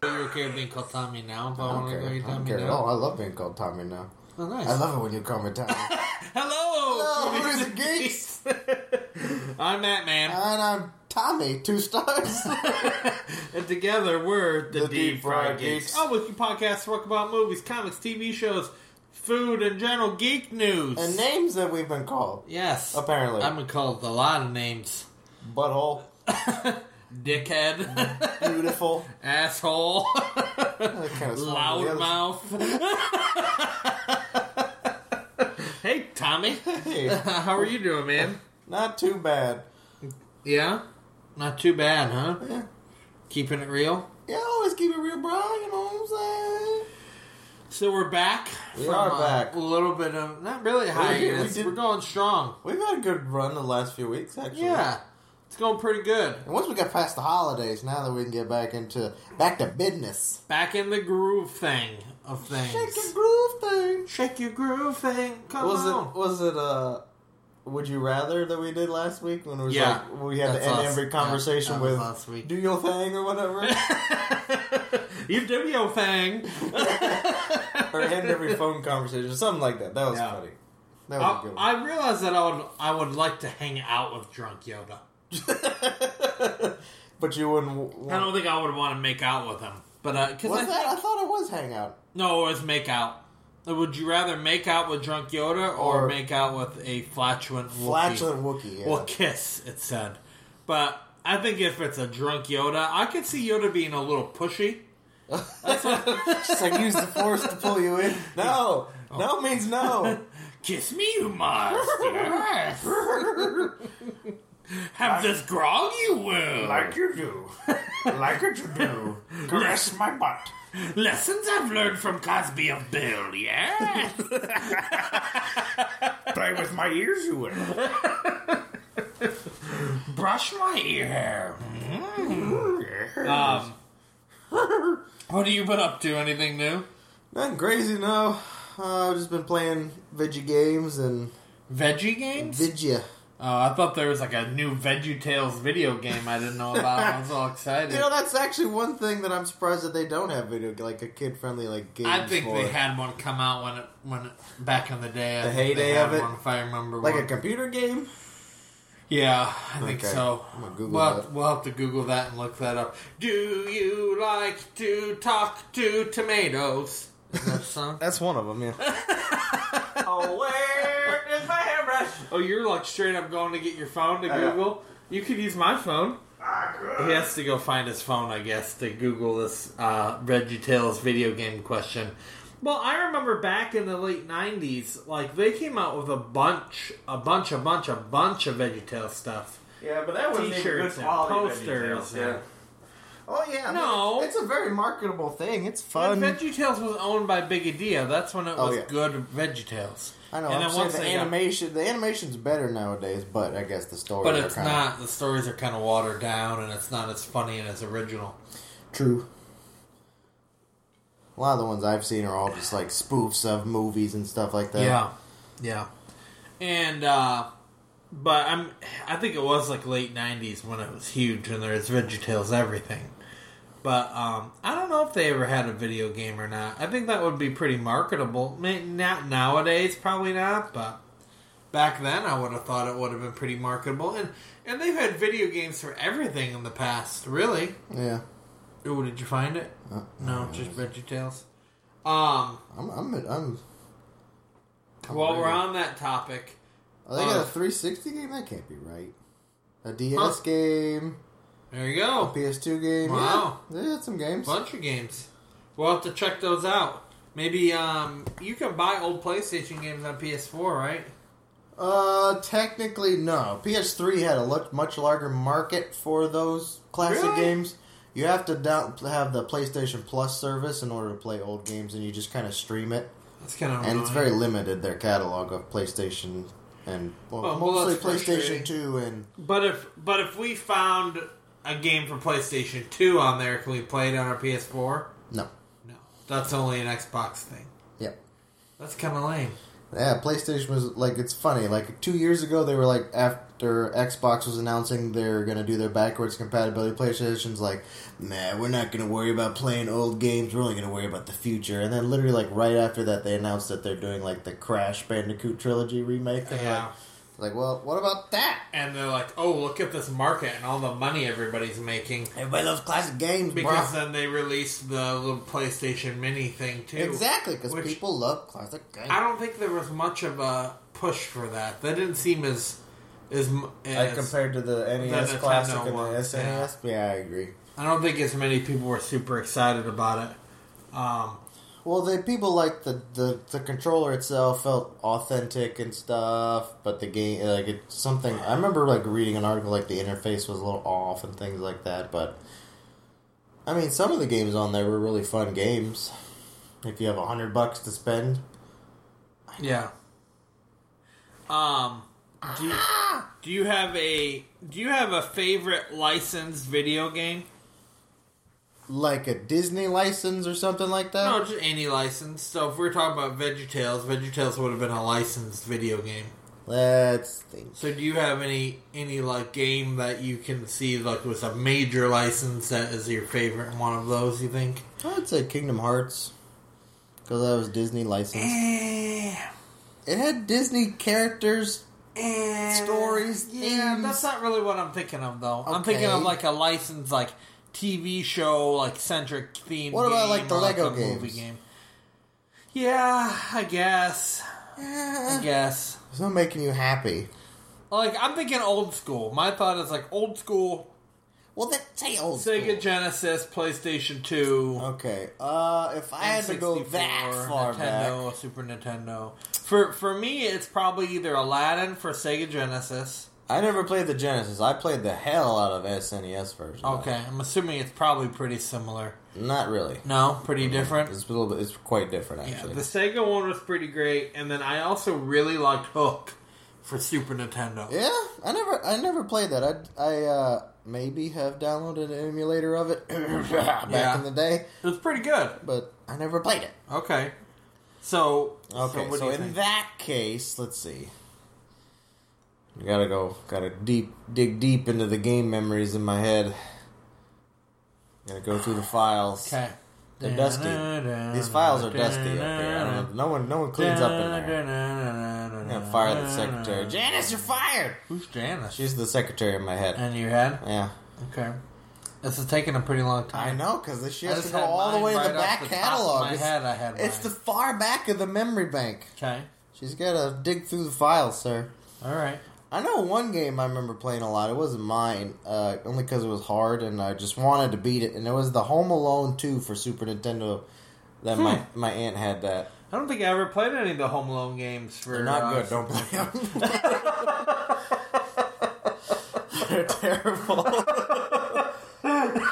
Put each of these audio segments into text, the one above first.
don't care being called Tommy now, but I, I want don't to care. go I you don't Tommy care at all. now. I love being called Tommy now. Oh, nice. I love it when you call me Tommy. Hello, Hello, foodies foodies and geeks. Uh, I'm Matt Man, and I'm Tommy, two stars. and together we're the, The Deep Deep Fried Fried Geeks. Oh, Our Geeks. weekly podcast talk about movies, comics, TV shows, food, and general geek news. and names that we've been called. yes, Apparently. I'm gonna call it a lot of names: Butthole, dickhead, beautiful, asshole, that kind of loudmouth. hey, Tommy, Hey, how are you doing, man? not too bad. Yeah, not too bad, huh? Yeah. Keeping it real. Yeah, always keep it real, bro. You know what I'm saying? So we're back. We are uh, back. A little bit of not really a We- we hiatus. We, did- are going strong. We've had a good run the last few weeks, actually. Yeah, it's going pretty good. And once we got past the holidays, now that we can get back into back to business, Back in the groove thing of things. shake the groove thing. Shake your groove thing. Come was on. it was it uh would you rather that we did last week when it was Yeah. like we had That's to end us. every Yeah, conversation that was with last week. do your thing or whatever you do your thing. or end every phone conversation something like that that was Yeah. funny that was a I, good one. I realized that I would I would like to hang out with drunk Yoda. but you wouldn't w- I don't think I would want to make out with him, but uh 'cause was I that I thought it was hangout no, it was make out. Would you rather make out with drunk Yoda or, Or- make out with a flatulent Wookiee? flatulent Wookie yeah. Well, kiss, it said. But I think if it's a drunk Yoda, I could see Yoda being a little pushy. just like use the force to pull you in no Oh. no means no Kiss me, you monster! Have this grog you will! you do like it you do caress my butt Lessons I've learned from Cosby of Bill, yeah? play with my ears you will Brush my ear hair. Um, what have you been up to? Anything new? Nothing crazy, no. Uh, I've just been playing veggie games and Veggie games? vidya. oh, I thought there was like a new VeggieTales video game I didn't know about. I was all excited. You know, that's actually one thing that I'm surprised that they don't have video, like a kid friendly like games. I think for they it. had one come out when it when it, back in the day. I The think they heyday had of it? one, if I remember. like one. a computer game. yeah, I think Okay. so. I'm gonna Google we'll, that. we'll have to Google that and look that up. Do you like to talk to tomatoes? Is that the song? That's one of them. Yeah. oh, where is my hairbrush? Oh, you're like straight up going to get your phone to I know. Google. You could use my phone. He has to go find his phone, I guess, to Google this uh, VeggieTales video game question. Well, I remember back in the late '90s, like they came out with a bunch, a bunch, a bunch, a bunch of VeggieTales stuff. yeah, but that wasn't even good T-shirts and quality posters VeggieTales, yeah. and- Oh yeah. I mean, No. it's a very marketable thing. It's But fun. VeggieTales was owned by Big Idea. That's when it Um, Oh, was yeah. good VeggieTales. I know. And I'm then saying once the they got- animation, the animation's better nowadays, but I guess the story. but are it's kinda- not. The stories are kind of watered down, and it's not as funny and as original. True. A lot of the ones I've seen are all just like spoofs of movies and stuff like that. Yeah, yeah, and uh, but I'm I think it was like late '90s when it was huge and there was VeggieTales everything. But um, I don't know if they ever had a video game or not. I think that would be pretty marketable. May- Not nowadays, probably not. But back then, I would have thought it would have been pretty marketable. And and they've had video games for everything in the past, really. Yeah. Ooh, did you find it? Uh, No, just VeggieTales. Um, I'm. I'm. I'm while we're on that topic. oh, they got Uh, a 360 game? That can't be right. A DS game, There you go. PS2 game. Wow. Yeah, they had some games. bunch of games. We'll have to check those out. Maybe um, you can buy old PlayStation games on PS4, right? Uh, technically, no. PS3 had a lo- much larger market for those classic Really? games. You have to down- have the PlayStation Plus service in order to play old games, and you just kind of stream it. That's kind of and it's very limited their catalog of PlayStation and well, Oh, Well, well, mostly that's frustrating. PlayStation Two and But if but if we found a game for PlayStation Two on there, can we play it on our PS4? no, No, that's only an Xbox thing. yep, That's kind of lame. Yeah, PlayStation was like it's funny. Like two years ago, they were like after Xbox was announcing they're gonna do their backwards compatibility. PlayStation's like, nah, we're not gonna worry about playing old games. We're only gonna worry about the future. And then literally like right after that, they announced that they're doing like the Crash Bandicoot trilogy remake. And Yeah. Like, like, well, what about that? And they're like, oh, look at this market and all the money everybody's making. Everybody loves classic games, Because bro. then they released the little PlayStation Mini thing too. Exactly, because Which- people love classic games. I don't think there was much of a push for that. That didn't seem as as, m- Like as compared to the NES Nintendo Classic and the ones, SNES. Yeah. I agree. I don't think as many people were super excited about it. Um, Well, the people like the, the the controller itself felt authentic and stuff, but the game like it's something. I remember like reading an article like the interface was a little off and things like that. But I mean, some of the games on there were really fun games. If you have a hundred bucks to spend, yeah. Um, do you, do you have a do you have a favorite licensed video game? like a Disney license or something like that. No, just any license. So if we're talking about VeggieTales, VeggieTales would have been a licensed video game. Let's think. So do you have any any like game that you can see like was a major license that is your favorite one of those? You think? I'd say Kingdom Hearts because that was Disney licensed. Eh. It had Disney characters. Stories, Eh. Yeah, themes. that's not really what I'm thinking of though. I'm Okay. thinking of like a licensed like TV show like centric theme. What about, game like, the or, Lego a movie games? game? Yeah, I guess. I guess. It's not making you happy. Like I'm thinking old school. My thought is like old school Well, that say old Sega school. Genesis, PlayStation Two. Okay, uh, if I had to go that N64, far back, Nintendo, Super Nintendo. For for me, it's probably either Aladdin for Sega Genesis. I never played the Genesis. I played the hell out of SNES version. Okay, I'm assuming it's probably pretty similar. not really. No, pretty different. It's a little bit. It's quite different Yeah, actually. the Sega one was pretty great, and then I also really liked Hook for Super Nintendo. Yeah, I never, I never played that. I, I uh, maybe have downloaded an emulator of it back Yeah. in the day, It was pretty good. but I never played it. Okay, so Okay, so, what do you in think? that case, let's see. You gotta go, gotta deep dig deep into the game memories in my head. Gotta go through the files. okay, They're dusty. These files are dusty up here. I don't know. No one, no one cleans up in there. I'm gonna fire the secretary. Janice, you're fired. Who's Janice? She's the secretary in my head. And your head? Yeah, Okay. This is taking a pretty long I time. know because she I has just to go had all the mine way to right the off back the top of catalog. my It's- head, I had it's the mine. far back of the memory bank. Okay. She's gotta dig through the files, sir. All right. I know one game I remember playing a lot. It wasn't mine, uh, only because it was hard and I just wanted to beat it. And it was the Home Alone 2 for Super Nintendo. That my Hmm. my aunt had that. I don't think I ever played any of the Home Alone games for. They're not uh, good. Don't play them. They're terrible.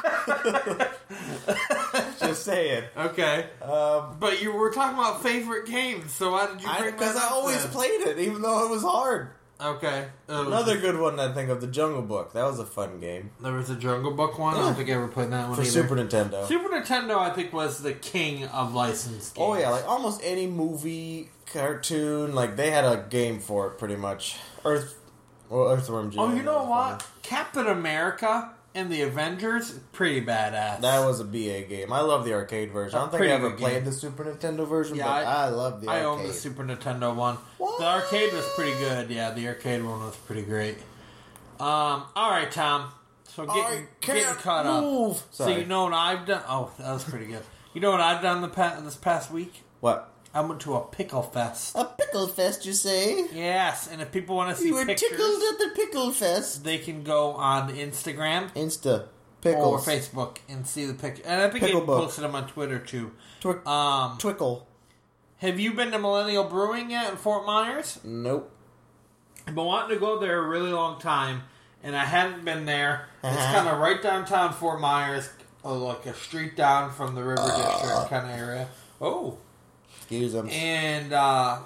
just saying. Okay. Um, But you were talking about favorite games, so why did you bring because that I, up always then? played it, even though it was hard. Okay. Um, Another good one, I think, of the Jungle Book. That was a fun game There was a Jungle Book one. I Yeah. don't think I ever played that one for either. Super Nintendo. Super Nintendo, I think, was the king of licensed games. Oh yeah, like almost any movie, cartoon, like they had a game for it pretty much. Earth, well, Earthworm Jim. oh, you know Earthworm. what? Captain America and the Avengers, pretty badass. That was a BA game. I love the arcade version. I A don't think I pretty ever good played game. the Super Nintendo version, Yeah, but I, I- love the I arcade. own the Super Nintendo one. What? The arcade was pretty good. Yeah, the arcade one was pretty great. Um, all right, Tom. So getting, I getting can't caught up. move. Sorry. So you know what I've done? Oh, that was pretty good. You know what I've done the pa- this past week? what? I went to a pickle fest. A pickle fest, you say? Yes, and if people want to see You were pictures, tickled at the pickle fest. they can go on Instagram Insta pickles. or Facebook and see the picture. And I think Pickle I book. posted them on Twitter too. Twic- Um, twickle. have you been to Millennial Brewing yet in Fort Myers? Nope. I've been wanting to go there a really long time, and I haven't been there. It's Uh-huh. kind of right downtown Fort Myers, uh, like a street down from the River District kind of area. Oh, Excuse them. and uh,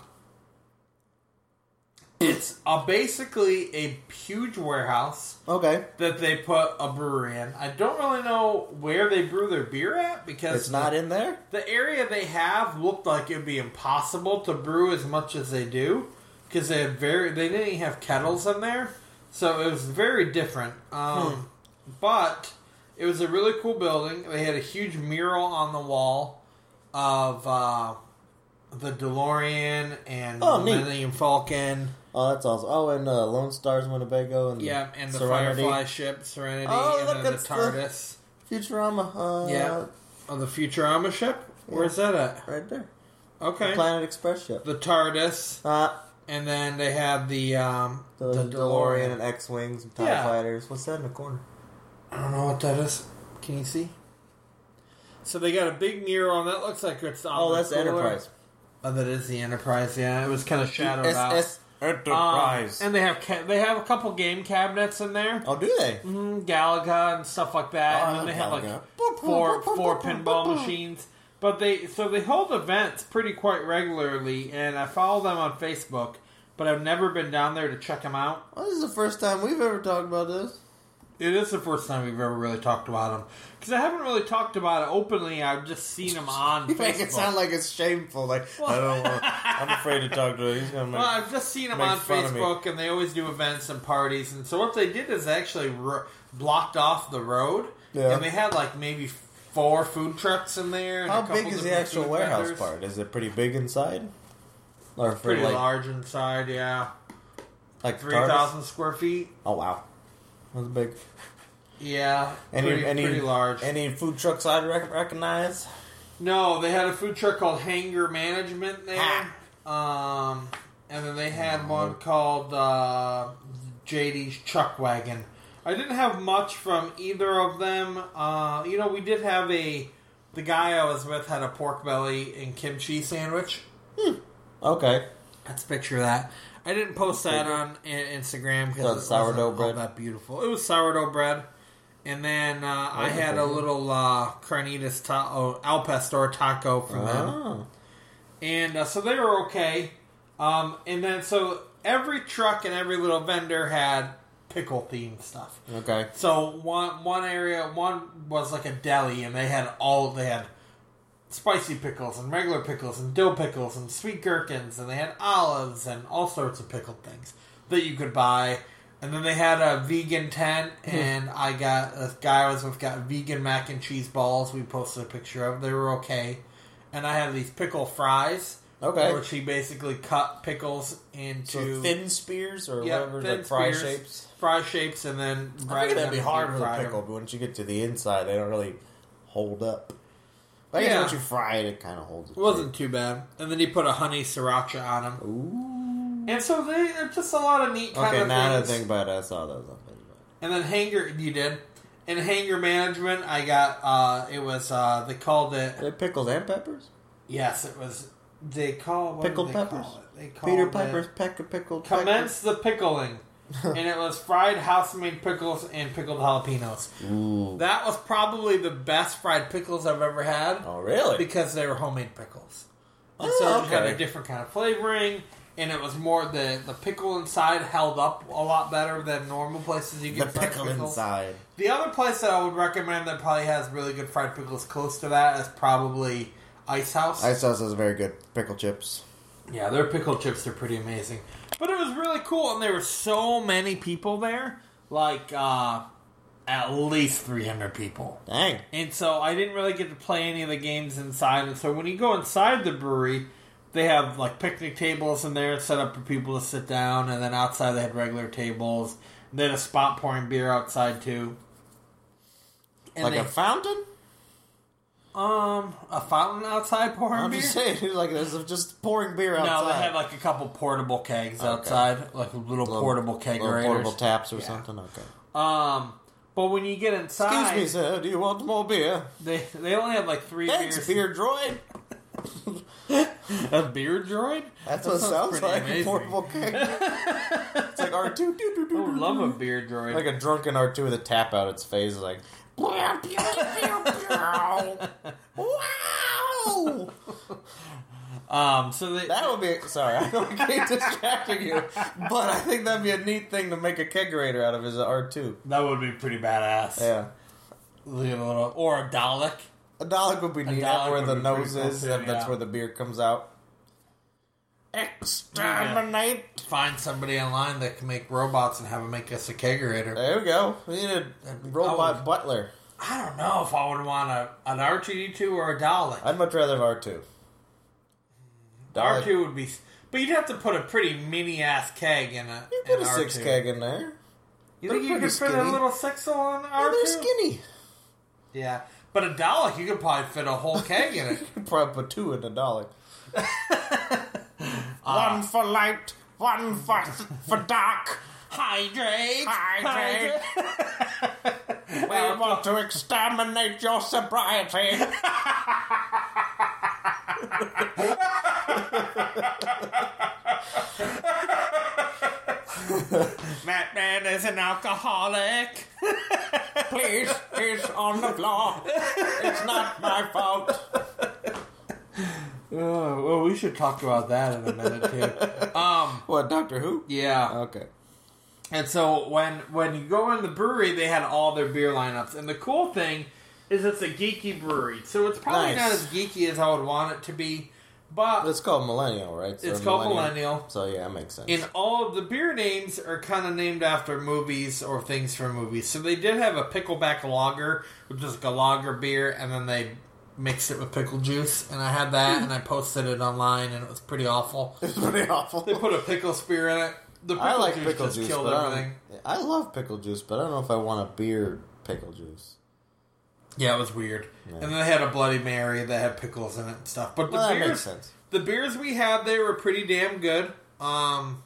It's a, basically a huge warehouse Okay. that they put a brewery in. I don't really know where they brew their beer at because It's not in there? the area they have looked like it'd be impossible to brew as much as they do because they had very they didn't even have kettles in there, so it was very different. Hmm. Um, But it was a really cool building. They had a huge mural on the wall of uh, the DeLorean and Oh, the neat. Millennium Falcon. Oh, that's awesome. Oh, and uh, Lone Stars Winnebago and Yeah, and the Serenity. Firefly ship, Serenity, Oh, look, and then the it's the- TARDIS Futurama. Uh, Yeah. on the Futurama ship. Where's that at? Right there. Okay, The Planet Express ship. the TARDIS. Uh, And then they had the um, the, DeLorean and X Wings and TIE Yeah. Fighters. What's that in the corner? I don't know what that is. Can you see? So they got a big mural, and that looks like it's on Oh, the that's cooler. Enterprise. Oh, that is the Enterprise. Yeah, it was kind of shadowed SS out. Um, Enterprise. and they have ca- they have a couple game cabinets in there, oh, do they? mm, Galaga and stuff like that. Oh, and I then they have love like Galaga. four four pinball machines. But they so they hold events pretty quite regularly, and I follow them on Facebook. But I've never been down there to check them out. Well, this is the first time we've ever talked about this. It is the first time we've ever really talked about them because I haven't really talked about it openly. I've just seen them on You Facebook. make it sound like it's shameful. Like I don't. Want, I'm afraid to talk to him. He's gonna make. well, I've just seen them Make on fun of me. Facebook, and they always do events and parties. And so what they did is they actually ro- blocked off the road, Yeah. and they had like maybe four food trucks in there. And a How couple big is the different actual food warehouse vendors. part? Is it pretty big inside? Or for Pretty like large inside, yeah, like three TARDIS? thousand square feet. Oh wow, that's big. Yeah, Any pretty, any pretty large. Any food trucks I'd rec- recognize? No, they had a food truck called Hangar Management there. Um, and then they had one called uh, JD's Chuck Wagon. I didn't have much from either of them. Uh, you know, we did have a. The guy I was with had a pork belly and kimchi sandwich. Okay, Let's picture that. I didn't post that on I- Instagram So because sourdough bread. that beautiful. It was sourdough bread, and then uh, I had a Wonderful. little uh, carnitas ta- oh, al pastor taco from them, oh. and uh, so they were okay. Um, and then so every truck and every little vendor had pickle themed stuff. okay. So one one area one was like a deli, and they had all they had spicy pickles and regular pickles and dill pickles and sweet gherkins, and they had olives and all sorts of pickled things that you could buy. And then they had a vegan tent, Hmm. and I got a guy I was with got vegan mac and cheese balls. We posted a picture of. They were okay, and I had these pickle fries. Okay. which he basically cut pickles So into thin spears or yeah, whatever, thin like fry spears, shapes. fry shapes, and then I figured that'd be hard with a fried pickle, them. but once you get to the inside, they don't really hold up. But I guess Yeah. once you fry it, it kind of holds. It wasn't too bad, and then he put a honey sriracha on them, Ooh. and so they are just a lot of neat kind Okay, of now that I things. think about it, I saw those on Facebook. And then hanger, you did, and hanger management, I got. uh It was uh they called it. Are they pickles and peppers? Yes, it was. They call what did Pickled they call peppers. it? They called Peter it- Piper's peck of pickled peppers. Commence the pickling. and it was fried house-made pickles and pickled jalapenos. Ooh. That was probably the best fried pickles I've ever had. Oh, really? because they were homemade pickles. And Oh, so it had a okay. different kind of flavoring, and it was more the the pickle inside held up a lot better than normal places you The get fried pickle pickles. inside. The other place that I would recommend that probably has really good fried pickles close to that is probably Ice House. Ice sauce is very good. Pickle chips. Yeah, their pickle chips are pretty amazing. But it was really cool, and there were so many people there, like uh, at least three hundred people. Dang. And so I didn't really get to play any of the games inside. And so when you go inside the brewery, they have like picnic tables in there set up for people to sit down. And then outside they had regular tables. And they had a spot pouring beer outside too. And like they, a fountain? um a fountain outside pouring I'm beer. just saying, like there's just pouring beer outside. no, they had like a couple portable kegs outside, like little, Little- portable little kegerators. portable taps or Yeah. something. Okay. Um, but when you get Excuse inside, me, sir. Do you want more beer? they they only have like three Thanks, beers. beer droid. A beer droid? That's That what it sounds pretty like. a amazing. Portable keg. it's like R two. I would love a beer droid. Like a drunken R two with a tap out its face, like. "Pew, pew, pew, pew." wow! Um, so they, That would be sorry. I don't keep distracting you, but I think that'd be a neat thing to make a kegerator out of is an R two. that would be pretty badass. Yeah, Look at a little or a Dalek. a Dalek would be neat. Dalek That's where would the be pretty nose cool is. too, that- That's yeah. where the beer comes out. Exterminate. Find somebody online that can make robots and have them make us a kegerator. There we go. We need a That'd be- robot that would- butler. I don't know if I would want a an R two D two or a Dalek. I'd much rather have R two. R two would be, but you'd have to put a pretty mini ass keg in a. You put in a R2. six keg in there. You They're think you could pretty fit a skinny. little sexual on Yeah, R they're two? skinny. Yeah, but a Dalek you could probably fit a whole keg in it. You could probably put two in a Dalek. Ah. one for light, one for for dark. Hydrate, Hydrate. We want to exterminate your sobriety. That man is an alcoholic. Please, it's on the floor. It's not my fault. Oh, well, we should talk about that in a minute too. Um, What, Doctor Who? yeah. Okay. And so when when you go in the brewery, they had all their beer lineups, and the cool thing is it's a geeky brewery, so it's probably Nice. not as geeky as I would want it to be, but It's called Millennial, right? So It's called Millennial. So yeah, that makes sense. And all of the beer names are kind of named after movies or things from movies. So they did have a pickleback lager, which is like a lager beer, and then they mixed it with pickle juice. And I had that, and I posted it online, and it was pretty awful. it's pretty awful. They put a pickle spear in it. The pickle I like juice pickle just juice, killed but I, everything. don't, I love pickle juice, but I don't know if I want a beer pickle juice. Yeah, it was weird. And then they had a Bloody Mary that had pickles in it and stuff. But the Well, that beers, makes sense. the beers we had they were pretty damn good. Um,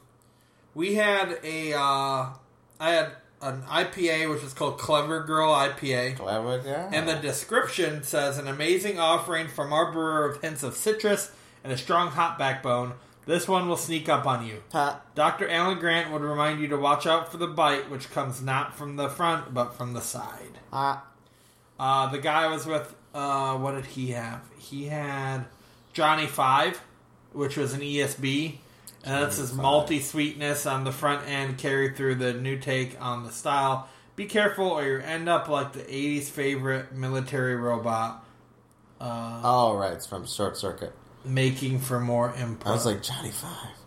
we had a, uh, I had an IPA which is called Clever Girl IPA. Clever guy. And the description says an amazing offering from our brewer of hints of citrus and a strong hot backbone. This one will sneak up on you. Ha. Dr. Alan Grant would remind you to watch out for the bite, which comes not from the front but from the side. Ha. Uh, the guy I was with, uh, what did he have? He had Johnny Five, which was an ESB, and that's his malty sweetness on the front end carried through the new take on the style. Be careful, or you end up like the '80s favorite military robot, All Oh, right, it's from Short Circuit. making for more impact. I was like Johnny Five.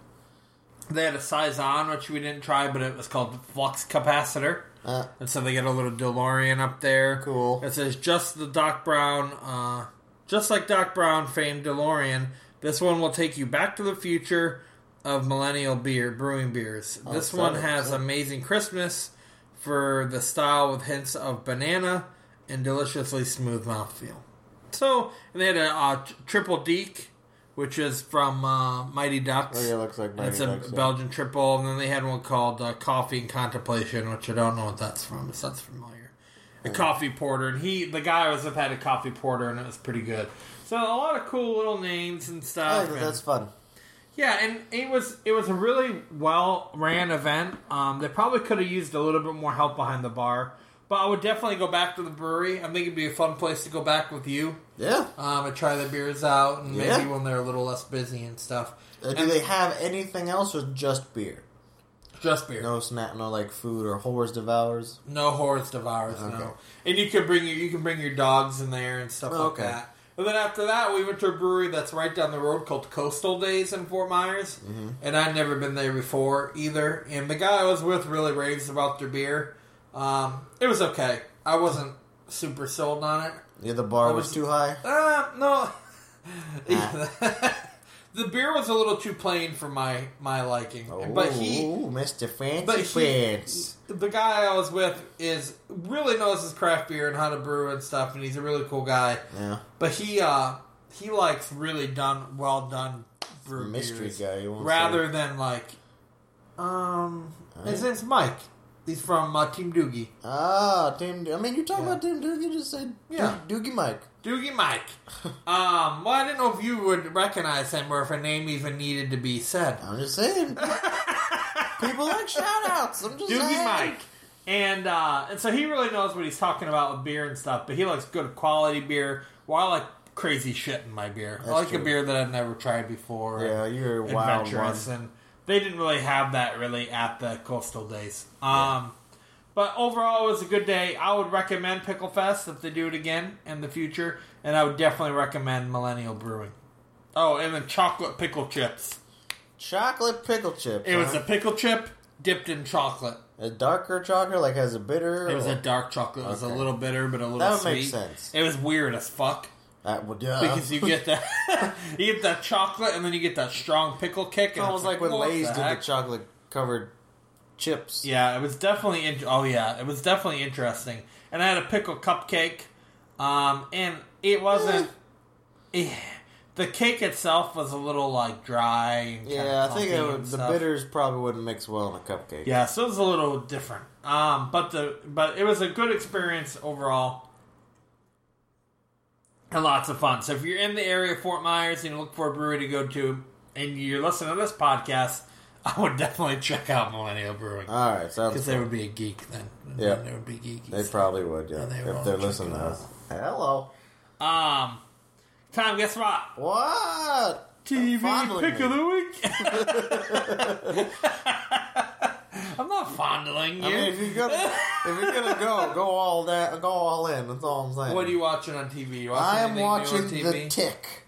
they had a size on, which we didn't try, but it was called flux capacitor. Uh, And so they get a little DeLorean up there. Cool. It says just the Doc Brown, uh, just like Doc Brown famed DeLorean, this one will take you back to the future of millennial beer brewing beers. this so one it's- has amazing Christmas for the style with hints of banana and deliciously smooth mouthfeel. So and they had a uh, t- triple deek, which is from uh, Mighty Ducks. oh, yeah, looks like And Mighty it's a Ducks, yeah. Belgian triple, and then they had one called uh, Coffee and Contemplation, which I don't know what that's from. So that's familiar. A coffee porter, and he, the guy I was with, had a coffee porter, and it was pretty good. So a lot of cool little names and I stuff. think that and- that's fun. yeah, and it was it was a really well ran event. Um, they probably could have used a little bit more help behind the bar, but I would definitely go back to the brewery. I think it'd be a fun place to go back with you Yeah. um, and try the beers out, and Yeah. maybe when they're a little less busy and stuff. Uh, do they have anything else or just beer? Just beer. No snack, no like food or whores devours. No hordes devours. Okay. No, and you can bring your you can bring your dogs in there and stuff like Okay. that. And then after that, we went to a brewery that's right down the road called Coastal Days in Fort Myers, Mm-hmm. and I'd never been there before either. And the guy I was with really raves about their beer. Um, it was okay. I wasn't super sold on it. Yeah, the bar That was, was- too high. Uh, no. Ah. the beer was a little too plain for my my liking, but he Ooh, Mr. Oh, Fancy but he, Pants. the guy I was with is really knows his craft beer and how to brew and stuff, and he's a really cool guy. Yeah, But he uh, he likes really done, well done brew mystery beers, guy. You won't rather than like, um, his name's Mike. He's from uh, Team Doogie. say. ah, Tim. I mean, you talking Yeah. about Tim Doogie? Just said Yeah. Doo- Doogie Mike. Doogie Mike. um, well, I didn't know if you would recognize him or if a name even needed to be said. I'm just saying. People like shout outs. I'm just Doogie saying. Mike. And uh, and so he really knows what he's talking about with beer and stuff, but he likes good quality beer. While I like crazy shit in my beer. That's I like a true. beer that I've never tried before. Yeah, you're a wild one. adventurous, and they didn't really have that really at the coastal days. Um, but overall, it was a good day. I would recommend Pickle Fest if they do it again in the future, and I would definitely recommend Millennial Brewing. Oh, and then chocolate pickle chips. Chocolate pickle chip. It was a huh? pickle chip dipped in chocolate. a, darker chocolate, like has a bitter. It was or- a dark chocolate. It was a Okay. little bitter, but a little That would sweet. make sense. It was weird as fuck That would yeah. because you get that you get that chocolate and then you get that strong pickle kick. And almost it's like when what Lay's the did the heck? chocolate covered chips. Yeah, it was definitely. In- oh yeah, it was definitely interesting. And I had a pickle cupcake, um, and it wasn't. eh, the cake itself was a little like dry. And kinda Yeah, I think clumpy it and would, the stuff. bitters probably wouldn't mix well in a cupcake. Yeah, so it was a little different. Um, but the but it was a good experience overall. And lots of fun. So if you're in the area of Fort Myers and you look for a brewery to go to, and you're listening to this podcast, I would definitely check out Millennial Brewing. All right, sounds. Because they would be a geek then. Yeah. They would be geeky. They probably would, yeah, And they if won't they're check listening it to out. us. Hello, um, Tom, guess what? what? TV Fondling pick of me. the week. I'm not fondling you. I mean, if you're gonna if you're gonna go, go all that, go all in. That's all I'm saying. what are you watching on TV? You watching I am anything new on watching The TV? Tick,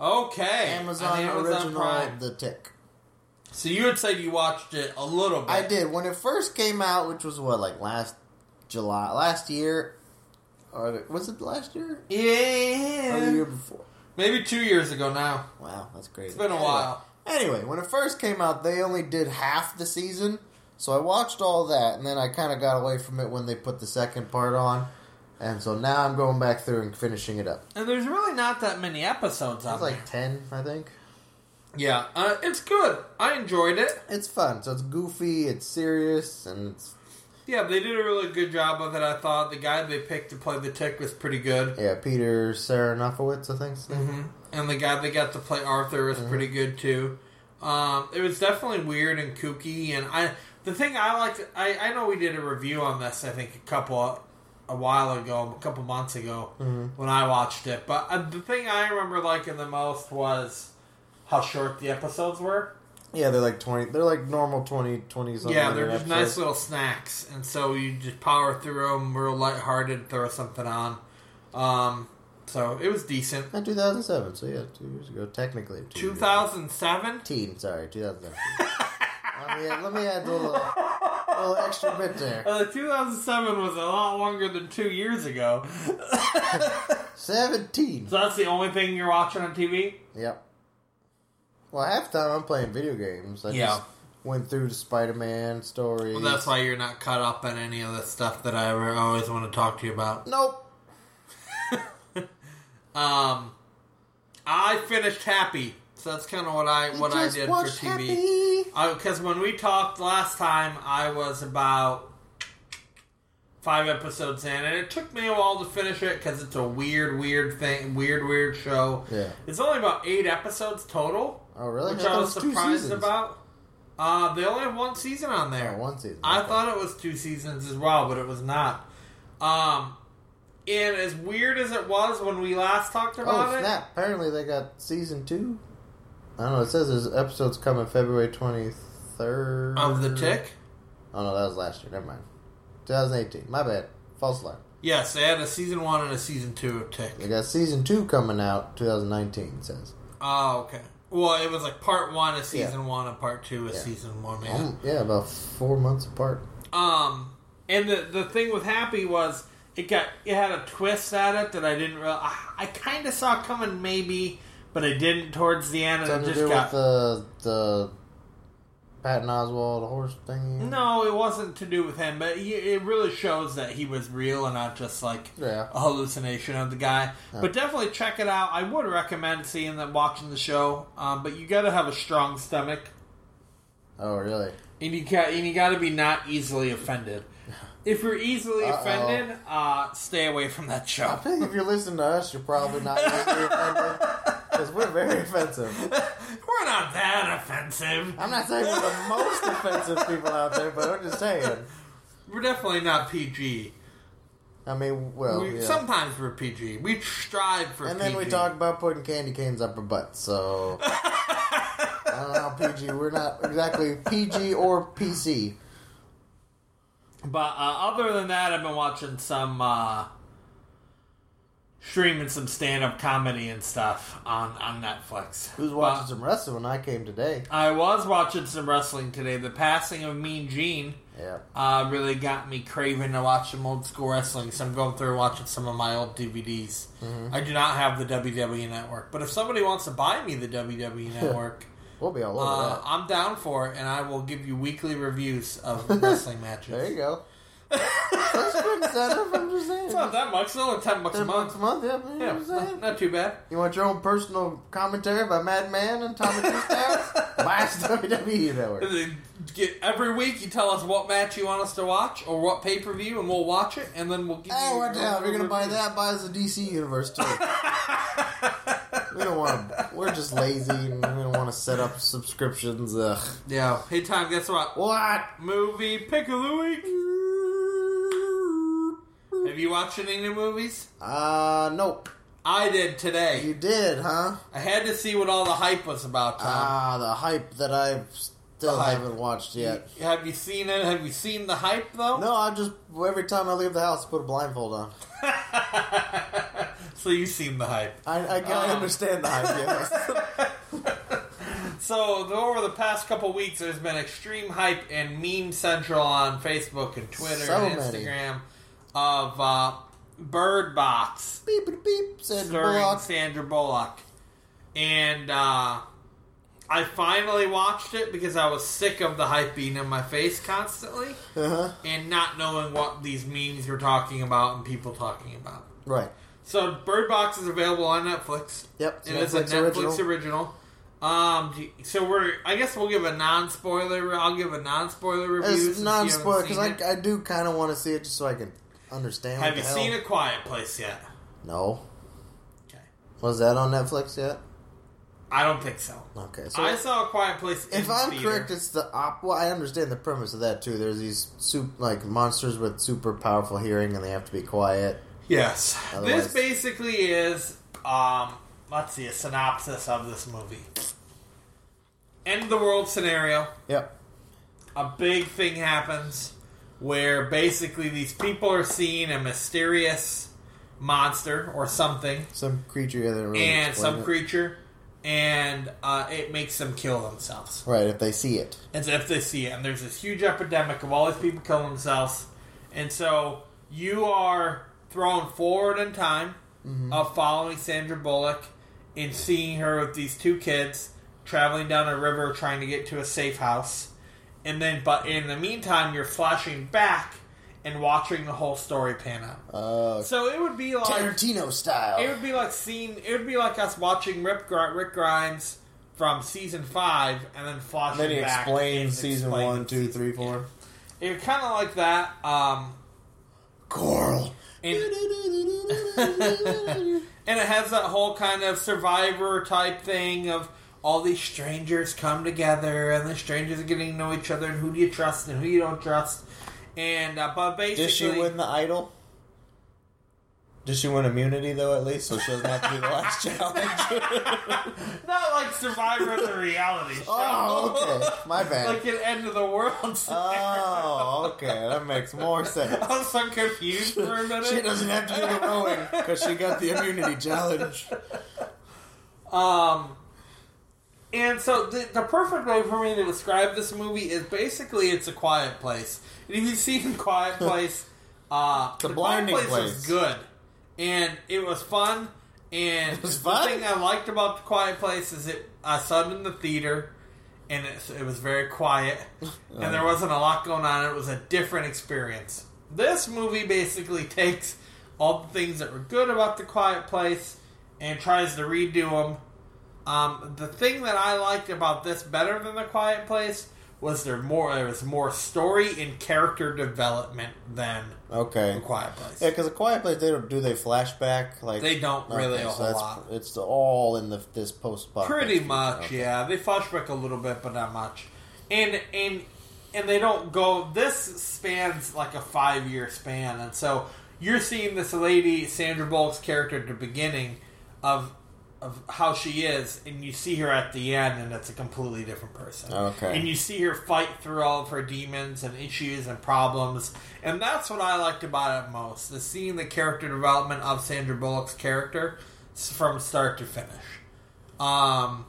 okay. Amazon, on original Prime. The Tick. So you would say you watched it a little bit. I did when it first came out, which was what like last July, last year, or was it last year or the year Yeah. before? Maybe two years ago now. Wow, that's crazy. It's been a Anyway. while. Anyway, when it first came out, they only did half the season, so I watched all that, and then I kind of got away from it when they put the second part on, and so now I'm going back through and finishing it up. And there's really not that many episodes on It's there. like ten, I think. yeah, uh, it's good. I enjoyed it. It's fun. So it's goofy, it's serious, and it's Yeah, they did a really good job of it. I thought the guy they picked to play the tick was pretty good, yeah. Peter Saranofowicz, I think. his name hmm and the guy they got to play Arthur was pretty good too. Um, it was definitely weird and kooky, and I the thing I liked. I I know we did a review on this. I think a couple a while ago, a couple months ago when I watched it. But uh, the thing I remember liking the most was how short the episodes were. Yeah, they're like twenty. They're like normal 20, 20 something. Yeah, they're just episodes. nice little snacks, and so you just power through them, real lighthearted, throw something on. Um, so it was decent. Not two thousand seven. So yeah, two years ago, technically. two years ago. 2007. 2017, Sorry, two thousand seventeen. let, me add, let me add a little, little extra bit there. Uh, 2007 was a lot longer than two years ago. Seventeen. So that's the only thing you're watching on TV. Yep. Well, half the time I'm playing video games. I Yeah. just went through the Spider-Man story. Well, that's why you're not caught up on any of the stuff that I ever always want to talk to you about. nope. Um, I finished Happy, so that's kind of what I You what I just did for watched TV. Happy. because when we talked last time, I was about five episodes in, and it took me a while to finish it because it's a weird, weird thing, weird, weird show. Yeah. It's only about eight episodes total, Oh really? which thought I it was two surprised seasons. about. Uh, they only have one season on Oh, there. one season. I Okay. thought it was two seasons as well, but it was not. Um, and as weird as it was when we last talked about Oh it, snap! Apparently they got season two. I don't know. It says there's episodes coming February twenty third of the tick. Oh no, that was last year. Never mind. 2018. My bad. False alarm. Yes, they had a season one and a season two of Tick. They got season two coming out 2019. It says. Oh, okay. Well, it was like part one is season Yeah. one and part two is Yeah. season one, man. Um, yeah, about four months apart. Um, and the the thing with Happy was it got it had a twist at it that I didn't real I, I kind of saw coming maybe, but I didn't towards the end, and it Something to just do got with the the Patton Oswald horse thing. no, it wasn't to do with him, but he, it really shows that he was real and not just like Yeah. a hallucination of the guy. But definitely check it out. I would recommend seeing them watching the show, um, but you got to have a strong stomach. Oh really? And you got and you got to be not easily offended. If you're easily Uh-oh. offended, uh, stay away from that I show. think if you're listening to us, you're probably not easily offended because we're very offensive. We're not that offensive. I'm not saying we're the most offensive people out there, but I'm just saying. We're definitely not PG. I mean, well, we, Oh, yeah. Sometimes we're PG. We strive for and then we PG. talk about putting candy canes up our butts. So I don't know, PG. We're not exactly PG or PC. But uh, other than that, I've been watching some uh, streaming some stand up comedy and stuff on on Netflix. Who's But watching some wrestling when I came today? I was watching some wrestling today. The passing of Mean Gene Yeah. uh, really got me craving to watch some old school wrestling. So I'm going through and watching some of my old DVDs. Mm-hmm. I do not have the WWE Network, but if somebody wants to buy me the WWE Network. We'll be all over Uh, I'm down for it, and I will give you weekly reviews of wrestling matches. that. There you go. That's good setup. I'm just saying. It's not that much. It's only ten bucks a Ten bucks month. a month. Yeah, you know Yeah, what I'm not, saying. not too bad. You want your own personal commentary by Madman and Tommy Twistow? Buy us WWE E Network. Get- every week, you tell us what match you want us to watch or what pay per view, and we'll watch it, and then we'll give Hey, you. what the hell? If you're gonna buy that, buy us a DC Universe too. we don't want to. We're just lazy and we don't want to set up subscriptions. Ugh. Yeah. Hey, Tom. Guess what? What? Movie pick of the week. Have you watched any new movies? Uh, nope. I did You today. did, huh? I had to see what all the hype was about. Tom. Ah, the hype that I still The hype. haven't watched yet. Have you seen it? Have you seen the hype though? No, I just every time I leave the house, put a blindfold on. so you've seen the hype. I I, I Um. understand the hype. Yes. So the- over the past couple weeks, there's been extreme hype and meme central on Facebook and Twitter So and many. Instagram of uh, Bird Box beep beep beep. Said starring Bullock. Sandra Bullock, and uh, I finally watched it because I was sick of the hype being in my face constantly Uh huh. and not knowing what these memes were talking about and people talking about. Right. So Bird Box is available on Netflix. Yep. It is a Netflix original. Um, do you- so we're I guess we'll give a non spoiler. I'll give a non spoiler review. since It's you non haven't spoiler seen because I, it. I do kind of want to see it just so I can understand. what have the you hell. seen A Quiet Place yet? No. Okay, Was that on Netflix yet? I don't think so. Okay. So I saw A Quiet Place. if in I'm theater. correct, it's the op. Well, I understand the premise of that too. There's these soup like monsters with super powerful hearing, and they have to be quiet. yes. This Otherwise- basically is um. Let's see a synopsis of this movie. End of the world scenario. Yep. a big thing happens where basically these people are seeing a mysterious monster or something Some creature that really and explain some it. creature and uh, it makes them kill themselves Right. If they see it. as if they see it and there's this huge epidemic of all these people killing themselves and so you are thrown forward in time of following sandra bullock and seeing her with these two kids traveling down a river trying to get to a safe house and then but in the meantime you're flashing back and watching the whole story pan out Uh, so it would be like Tarantino style. it would be like seeing it would be like us watching Rip Gr- Rick Grimes from season five and then flashing then he back explains and season explaining one, two, season- three, four. yeah. It kind of like that. Um, Coral. and, and it has that whole kind of survivor type thing of all these strangers come together and the strangers are getting to know each other and who do you trust and who you don't trust. And uh, but basically, Did she win the idol? Did she win immunity though? At least, so she doesn't have to do the last challenge. not like Survivor the reality show. oh, okay. My bad. like an end of the world. oh, okay. That makes more sense. I was so confused for a minute. She doesn't have to do the rowing because she got the immunity challenge. Um, and so the, the perfect way for me to describe this movie is basically it's a quiet place. And if you've seen Quiet Place, uh, a blinding quiet place, place. was good, and it was fun. And was the fun? thing I liked about the Quiet Place is it I saw it in the theater, and it, it was very quiet, and Oh. there wasn't a lot going on. It was a different experience. This movie basically takes all the things that were good about the Quiet Place and tries to redo them. Um, the thing that I liked about this better than the Quiet Place was there more there was more story and character development than the Okay. Quiet Place. Yeah, because a quiet place, they don't do they flashback like They don't really a whole that's- lot. It's all in the this post box. Pretty much, yeah. They flashback a little bit, but not much. And and and they don't go. This spans like a five year span, and so you're seeing this lady Sandra Bullock's character at the beginning of of how she is, and you see her at the end, and it's a completely different person. Okay. And you see her fight through all of her demons and issues and problems, and that's what I liked about it most: the seeing the character development of Sandra Bullock's character s- from start to finish. Um,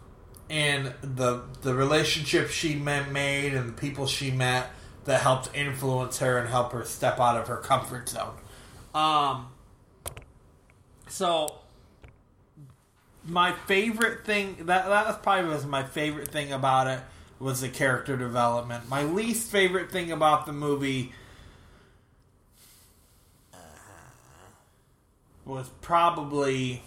and the the relationship she met, made and the people she met that helped influence her and help her step out of her comfort zone. Um, so my favorite thing that that was probably was my favorite thing about it was the character development. My least favorite thing about the movie uh, was probably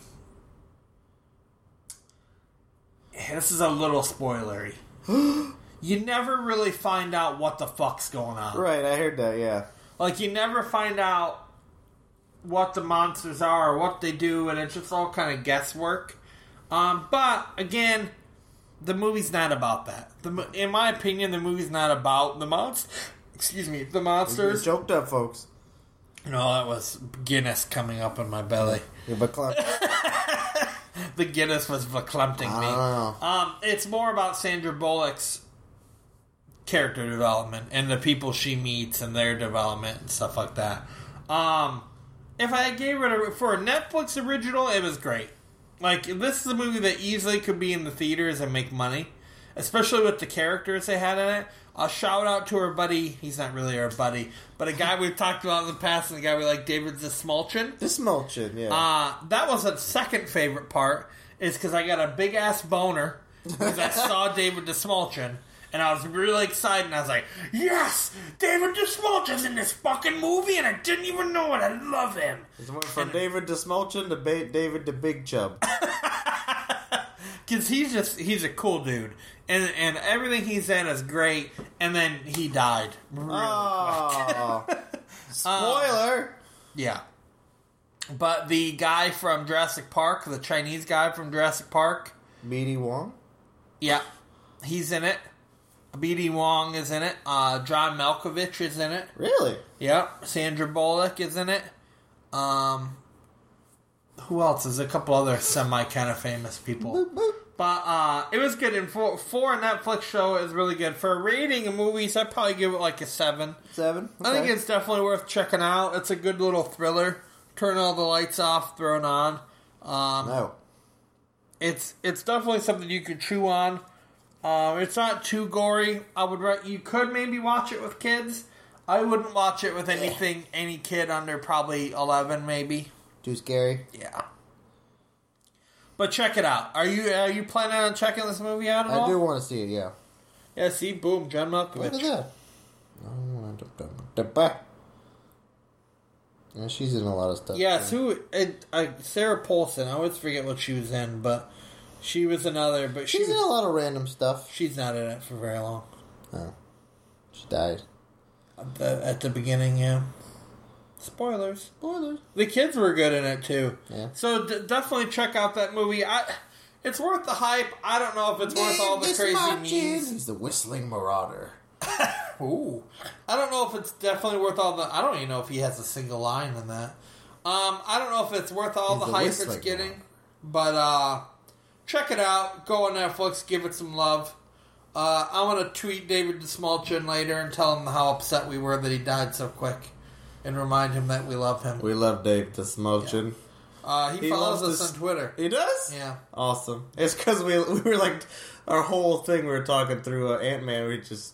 this is a little spoilery. you never really find out what the fuck's going on. Right, I heard that. Yeah. Like you never find out what the monsters are or what they do, and it's just all kind of guesswork. Um, but again, the movie's not about that. The, mo- in my opinion, the movie's not about the monsters. Excuse me, the You're monsters. choked up, folks. No, that was Guinness coming up in my belly. You're but clump. The Guinness was verklempt-ing me. Oh. Um, it's more about Sandra Bullock's character development and the people she meets and their development and stuff like that. Um, if I gave it a, for a Netflix original, it was great. Like this is a movie that easily could be in the theaters and make money, especially with the characters they had in it. A shout out to our buddy. He's not really our buddy, but a guy we've talked about in the past, and the guy we like, David Zasmulchin. This mulching, yeah. Uh, that was a second favorite part, is because I got a big ass boner because I saw David DeSmulchin, and I was really excited, and I was like, "Yes, David DeSmulchin's in this fucking movie, and I didn't even know it. I love him." It went from David to Smulchin to ba- David to Big Chub. Cause he's just he's a cool dude, and and everything he's in is great. And then he died. Really Oh, Uh. spoiler! Yeah. But the guy from Jurassic Park, the Chinese guy from Jurassic Park, Meaty Wong. Yeah, he's in it. BD Wong is in it. Uh, John Malkovich is in it. Really? Yep. Sandra Bullock is in it. Um, who else? There's a couple other semi kind of famous people. Boop, boop. But uh, it was good. And for, for a Netflix show, it was really good. For rating of movies, I'd probably give it like a 7. Seven. I think Okay. it's definitely worth checking out. It's a good little thriller. Turn all the lights off, throw it on. Um, no. it's it's definitely something you could chew on. Um, it's not too gory. I would re- you could maybe watch it with kids. I wouldn't watch it with anything any kid under probably eleven, maybe. Too scary. Yeah. But check it out. Are you are you planning on checking this movie out at all? I do want to see it. Yeah. Yeah. See, boom, John Look at Malkovich. that. I wanna dum- dum- dum- bah. Yeah, she's in a lot of stuff. Yes, who? It, uh, Sarah Paulson. I always forget what she was in, but she was another. But she She's in was, a lot of random stuff. she's not in it for very long. Oh. She died. At the, at the beginning, yeah. Spoilers. Spoilers. The kids were good in it too. Yeah. So d- definitely check out that movie. I, it's worth the hype. I don't know if it's worth all the This crazy Martin. memes. He's the whistling marauder. Ooh. I don't know if it's definitely worth all the. I don't even know if he has a single line in that. Um, I don't know if it's worth all He's the a hype it's whistling getting, man. but uh, check it out. Go on Netflix. Give it some love. Uh, I'm gonna tweet David Smolchin later and tell him how upset we were that he died so quick, and remind him that we love him. We love Dave the Smulchin. Uh, he, He follows us loves on this- Twitter. He does? Yeah. Awesome. It's because we, we were like, our whole thing we were talking through uh, Ant Man, we just.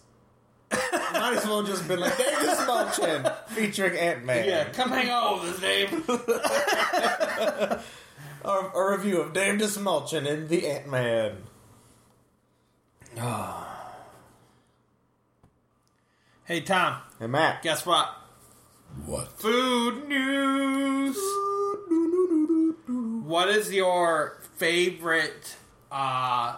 might as well just been like, Dave the Smulchin featuring Ant Man. Yeah, come hang out with us, Dave. A, a review of Dave the Smulchin and the Ant Man. hey, Tom, Hey, Matt. guess what? What? Food news. What is your favorite uh,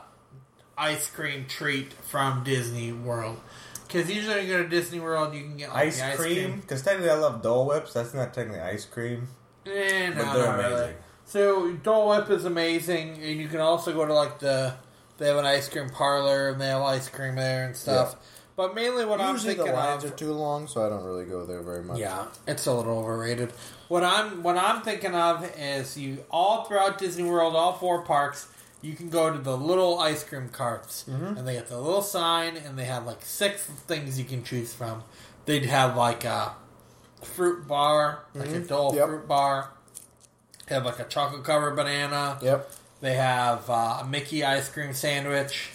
ice cream treat from Disney World? Because usually when you go to Disney World, you can get like, Ice, the cream? Because technically I love Dole Whips. That's not technically ice cream. Eh, no, But they're not really. amazing. So Dole Whip is amazing, and you can also go to like the they have an ice cream parlor and they have ice cream there and stuff. But mainly what I'm Usually the thinking lines of, are too long, so I don't really go there very much. yeah, it's a little overrated. What I'm what I'm thinking of is you all throughout Disney World, all four parks, you can go to the little ice cream carts, Mm-hmm. and they have the little sign, and they have like six things you can choose from. They'd have like a fruit bar, like a dull Mm-hmm. Yep. fruit bar. They have like a chocolate covered banana. Yep. They have uh, a Mickey ice cream sandwich.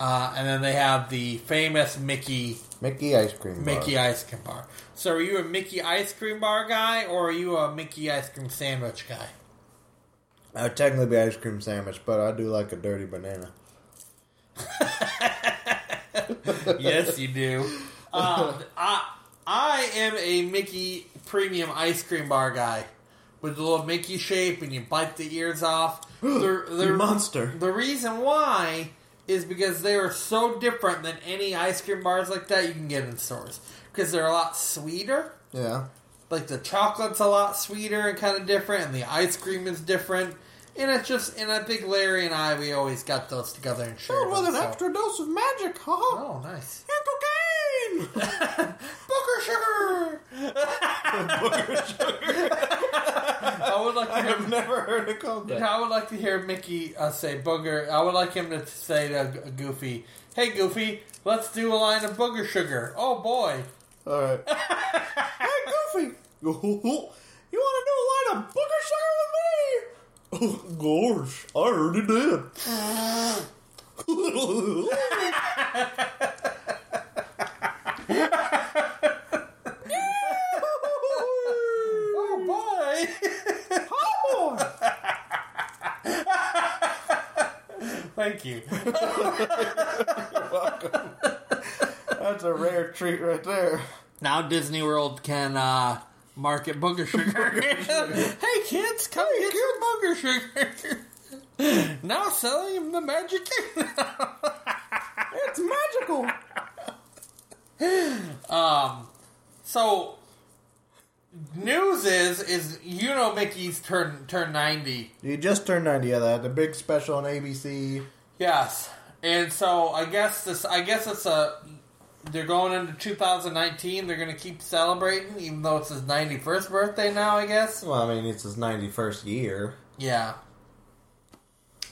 Uh, and then they have the famous Mickey Mickey ice cream. bar. Mickey ice cream bar. So are you a Mickey ice cream bar guy or are you a Mickey ice cream sandwich guy? I would technically be ice cream sandwich, but I do like a dirty banana. yes, you do. Um, I I am a Mickey premium ice cream bar guy with the little Mickey shape, and you bite the ears off. They're, they're- Monster. The reason why is because they are so different than any ice cream bars like that you can get in stores because they're a lot sweeter. Yeah. like the chocolate's a lot sweeter and kind of different, and the ice cream is different. And it's just, and I think Larry and I, we always got those together and Oh, shared. them, so- dose of magic, huh? Oh, nice. And cocaine. Booker sugar. I would like to hear, never heard it called I would like to hear Mickey uh, say booger. I would like him to say to Goofy, "Hey Goofy, let's do a line of booger sugar." Oh boy, All right. hey, Goofy. You want to do a line of booger sugar with me? Oh, gosh, I already did. oh boy. Thank you. That's a rare treat right there. Now Disney World can uh, market booger sugar. hey kids, come get your booger sugar. now selling them the Magic Kingdom. It's magical. so, news is is you know Mickey's turn turn ninety. You just turned 90 of that. The big special on ABC. Yes, and so I guess this I guess it's a they're going into 2019. They're going to keep celebrating, even though it's his 91st birthday now. I guess. Well, I mean, it's his 91st year. Yeah.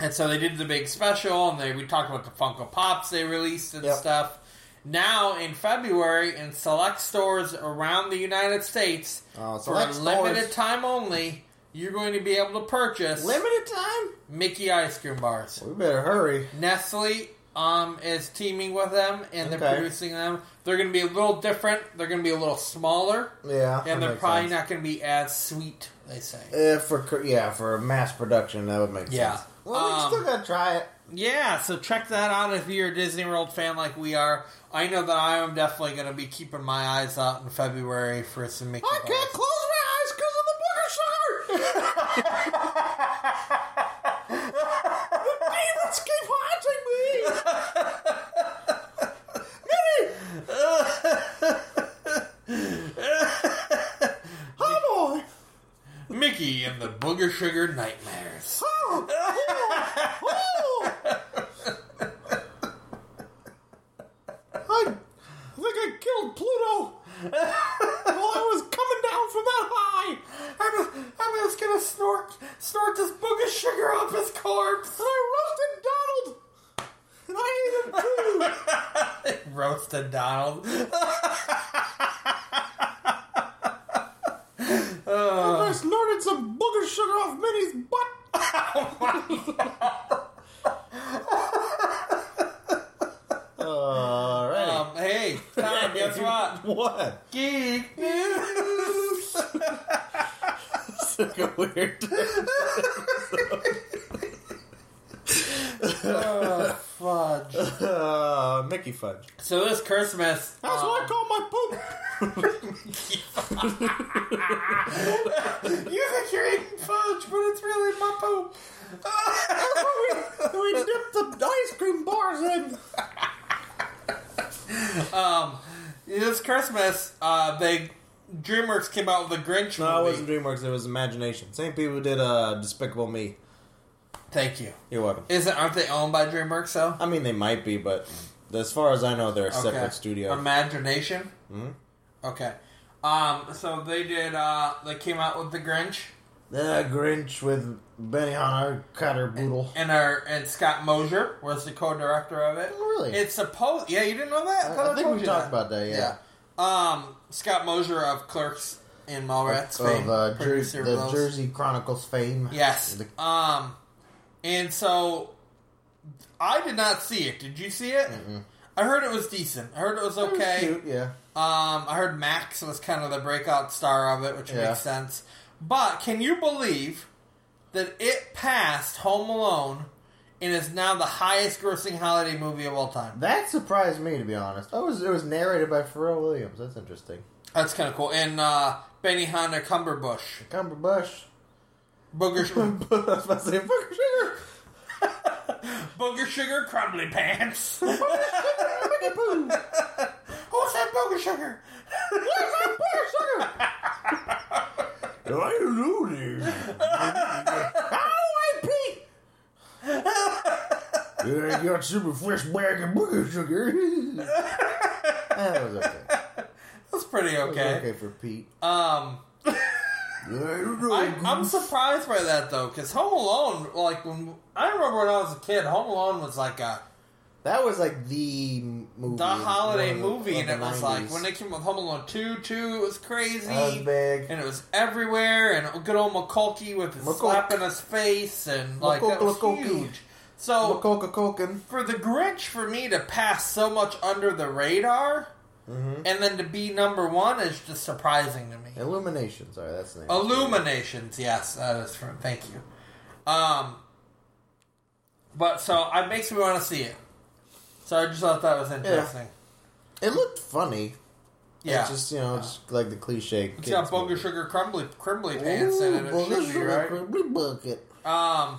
And so they did the big special, and they we talked about the Funko Pops they released and Yep. stuff. Now in February, in select stores around the United States, Oh, for a select limited stores. time only, you're going to be able to purchase Limited time? Mickey ice cream bars. We better hurry. Nestle um, is teaming with them, and they're Okay. producing them. They're going to be a little different. They're going to be a little smaller, Yeah. that and they're makes probably sense. not going to be as sweet. They say. Uh, for cur- yeah, for mass production, that would make Yeah. sense. Well, Um, we still gotta try it. Yeah, so check that out if you're a Disney World fan like we are. I know that I am definitely going to be keeping my eyes out in February for some Mickey bars. close my eyes because of the booger sugar. the demons keep haunting me. Minnie. oh boy. Mickey and the Booger Sugar Nightmares. Oh, oh, I, I think I killed Pluto while I was coming down from that high. I'm just, I'm just going to snort snort this Booger Sugar off his corpse. And I roasted Donald. And I ate him too. Roasted Donald. and I snorted some booger sugar off Minnie's butt. All right. Um, hey, Tom, guess what? what? Geek news. Such a weird. Oh, fudge. Uh, Mickey Fudge. So this Christmas. That's um, what I call my poop. You think you're eating fudge, but it's really my poop. we dip the ice cream bars in. This Um, Christmas, uh, they DreamWorks came out with a Grinch movie. No, it wasn't DreamWorks. It was Imagination. Same people who did uh, Despicable Me. Thank you. You're welcome. Isn't aren't they owned by DreamWorks though? I mean, they might be, but As far as I know, they're a Okay. separate studio. Imagination. Hmm? Okay. Um. So they did. Uh. They came out with the Grinch The Grinch with Benihana Cutter Boodle. and our and Scott Mosier was the co-director of it. Oh, really? It's supposed. Yeah, you didn't know that. I- thought I think told we you talked about that, yeah. Um. Scott Mosier of Clerks and Mallrats fame. of uh, Jer- producer of the those. Jersey Chronicles fame. Yes. The- Um, and so I did not see it. Did you see it? I heard it was decent. I heard it was It was okay. cute, yeah. Um, I heard Max was kind of the breakout star of it, which Yeah. makes sense. But can you believe that it passed Home Alone and is now the highest-grossing holiday movie of all time? That surprised me, to be honest. Oh, it was, it was narrated by Pharrell Williams. That's interesting. That's kind of cool. And uh, Benny Hunter Cumberbush, Cumberbush. Booger, Sh- I was about to say, fuck sugar. Booger Sugar Crumbly Pants. Who said Booger Sugar? I lose How do I pee? I got super fresh bag of booger sugar. that was okay. That's pretty That was okay. okay for Pete. Um, I, I'm surprised by that though, because Home Alone, like when I remember when I was a kid, Home Alone was like a that was like the movie. the holiday one of the- movie, and of the it was like 90s. when they came with Home Alone two, two, it was crazy, That was big. and it was everywhere, and good old McCulkey with his McCulk. slap in his face, and like that was McCulk- McCulkey. huge. So Coca Cocan. for the Grinch, for me to pass so much under the radar, Mm-hmm. and then to be number one is just surprising to me. Illumination. Sorry, that's the name. Illuminations, yes, that is from. Thank you. Um, but so it makes me want to see it. So I just thought that was interesting. it looked funny. Yeah, It's just, you know, just like the cliche. it's got kids booger movie. sugar crumbly crumbly pants in it. Ooh, It should booger be sugar right. crumbly bucket. Um,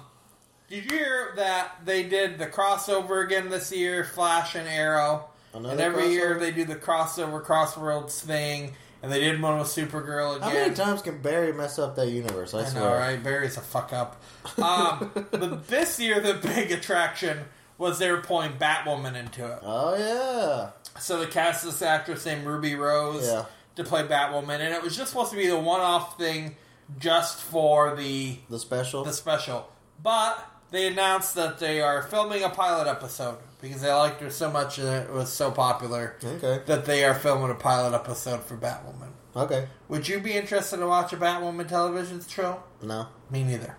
did you hear that they did the crossover again this year? Flash and Arrow, Another and every year crossover? they do the crossover crossworlds thing, and they did one with Supergirl again. How many times can Barry mess up that universe? I, I swear. know, right? Barry's a fuck up. Um, but this year, the big attraction was they were pulling Batwoman into it. Oh yeah. So they cast this actress named Ruby Rose Yeah. to play Batwoman, and it was just supposed to be the one-off thing just for the The special. the special. But they announced that they are filming a pilot episode because they liked her so much and it was so popular okay. that they are filming a pilot episode for Batwoman. Okay. Would you be interested to watch a Batwoman television show? No. Me neither.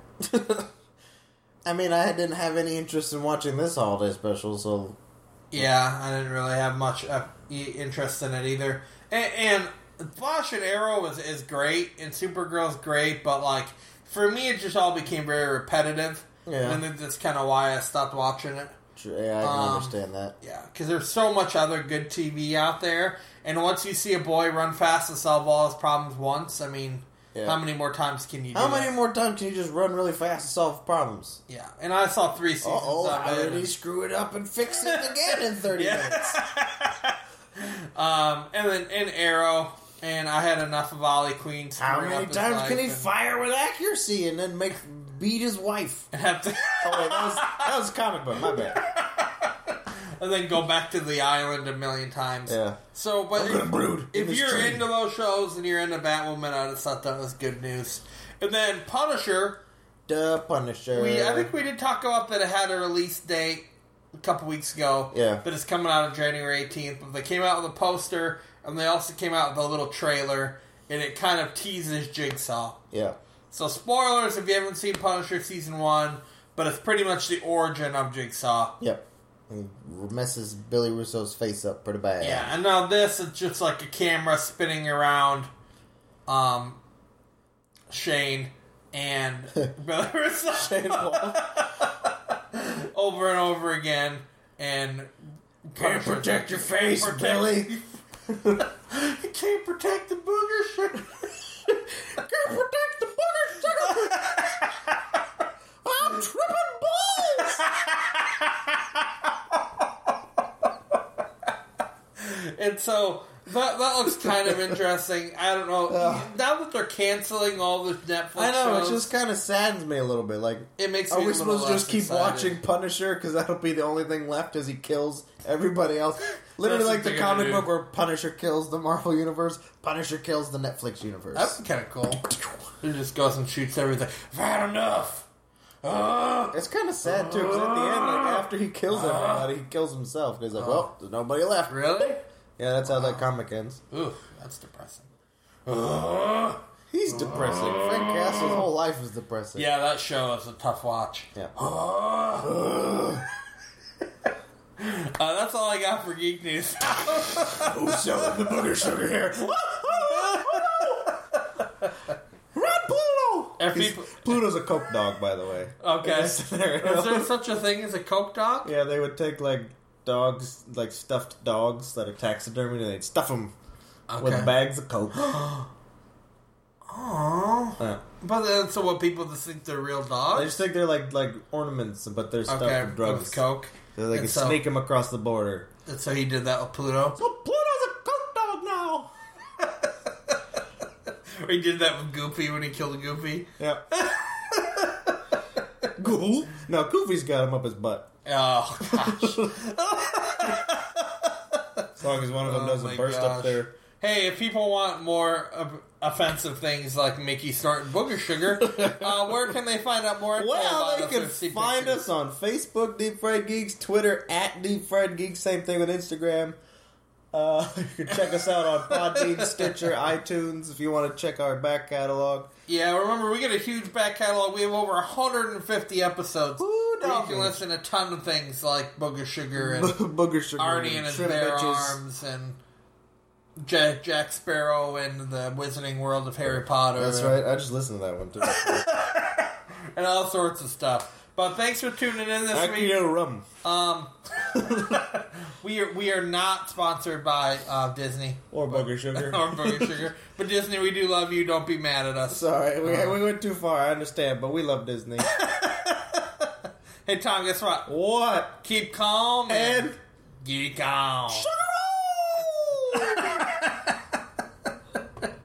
I mean, I didn't have any interest in watching this holiday special, so Yeah, I didn't really have much uh, e- interest in it either. And, and Flash and Arrow is, is great, and Supergirl's great, but like for me, it just all became very repetitive. Yeah. and then that's kind of why I stopped watching it. tr- yeah, I can Um, understand that. Yeah, because there's so much other good TV out there, and once you see a boy run fast and solve all his problems once, I mean, Yeah. how many more times can you? How do many That? more times can you just run really fast and solve problems? Yeah, and I saw three Uh seasons. oh, of how it, did and- he screw it up and fix it again in 30 minutes? Um, and then in Arrow, and I had enough of Ollie Queen. How screwing many up his times can life he and- fire with accuracy and then make beat his wife? and have to, Oh wait, that was that was a comic book. My bad. and then go back to the island a million times. Yeah. So, but I'm gonna brood in if, this you're tree. into those shows and you're into Batwoman, I just thought that was good news. And then Punisher, The Punisher. we I think we did talk about that it had a release date a couple weeks ago. Yeah. But it's coming out on January 18th. But they came out with a poster, and they also came out with a little trailer, and it kind of teases Jigsaw. yeah. So spoilers if you haven't seen Punisher season one, but it's pretty much the origin of Jigsaw. Yep. He messes Billy Russo's face up pretty bad. Yeah, and now this is just like a camera spinning around um Shane and Billy Russo Shane Paul. over and over again and Can't protect your face, Protect- Billy. You can't protect the booger shit. Can't protect the booger sugar. I'm tripping balls. And so That, that looks kind of interesting. I don't know. Ugh. Now that they're canceling all the Netflix I know shows, it just kind of saddens me a little bit. Like, it makes are me we a little supposed to just less keep excited. watching Punisher? Because that'll be the only thing left as he kills everybody else. Literally, That's like what the they're gonna comic do. book where Punisher kills the Marvel universe, Punisher kills the Netflix universe. That'd be kind of cool. It just goes and shoots everything. I've had enough. Ugh. It's kind of sad too, because at the end, like after he kills everybody, he kills himself. And he's like, "Well, there's nobody left." really? Yeah, that's how that comic ends. Ooh, that's depressing. Ugh. He's depressing. Frank Castle's whole life is depressing. Yeah, that show is a tough watch. Yeah. Ugh. Uh, that's all I got for geek news. Who's selling the booger sugar here? Run, Pluto! If He's- people- Pluto's a coke dog, by the way. Okay. In this scenario. Is there such a thing as a coke dog? Yeah, they would take like dogs, like stuffed dogs that are taxidermied, and they'd stuff them with bags of coke. Aw. Yeah. But then, so what? People just think they're real They dogs. just think they're like like ornaments, but they're stuffed okay, with with drugs. coke. So they And can so- sneak them across the border. And so he did that with Pluto. So Pluto's a coke dog now. Or he did that with Goofy when he killed Goofy. Yeah. Goof. No, Goofy's got him up his butt. Oh gosh. As long as one of them Oh my doesn't burst gosh. up their hey, if people want more of offensive things like Mickey snorting booger sugar, uh, where can they find out more? info Well, about they us can and see find pictures? us on Facebook, Deep Fried Geeks, Twitter, at Deep Fried Geeks, same thing with Instagram. Uh, you can check us out on Podbean, Stitcher, iTunes if you want to check our back catalog. Yeah, remember we got a huge back catalog. We have over 150 episodes. Woo, where you doggy. can listen to a ton of things like booger sugar and Booger Sugar. Arnie and his Trim bare Bitches. arms and Jack, Jack Sparrow and the Wizarding World of Harry Potter. That's right. I just listened to that one too. And all sorts of stuff. But thanks for tuning in this week. Accio rum. Um, we are we are not sponsored by uh, Disney Or Booger Sugar. or Booger Sugar, but Disney, we do love you. Don't be mad at us. Sorry, we, Uh. we went too far. I understand, but we love Disney. Hey Tom, guess what? what? Keep calm And. geek on. Sugar roll!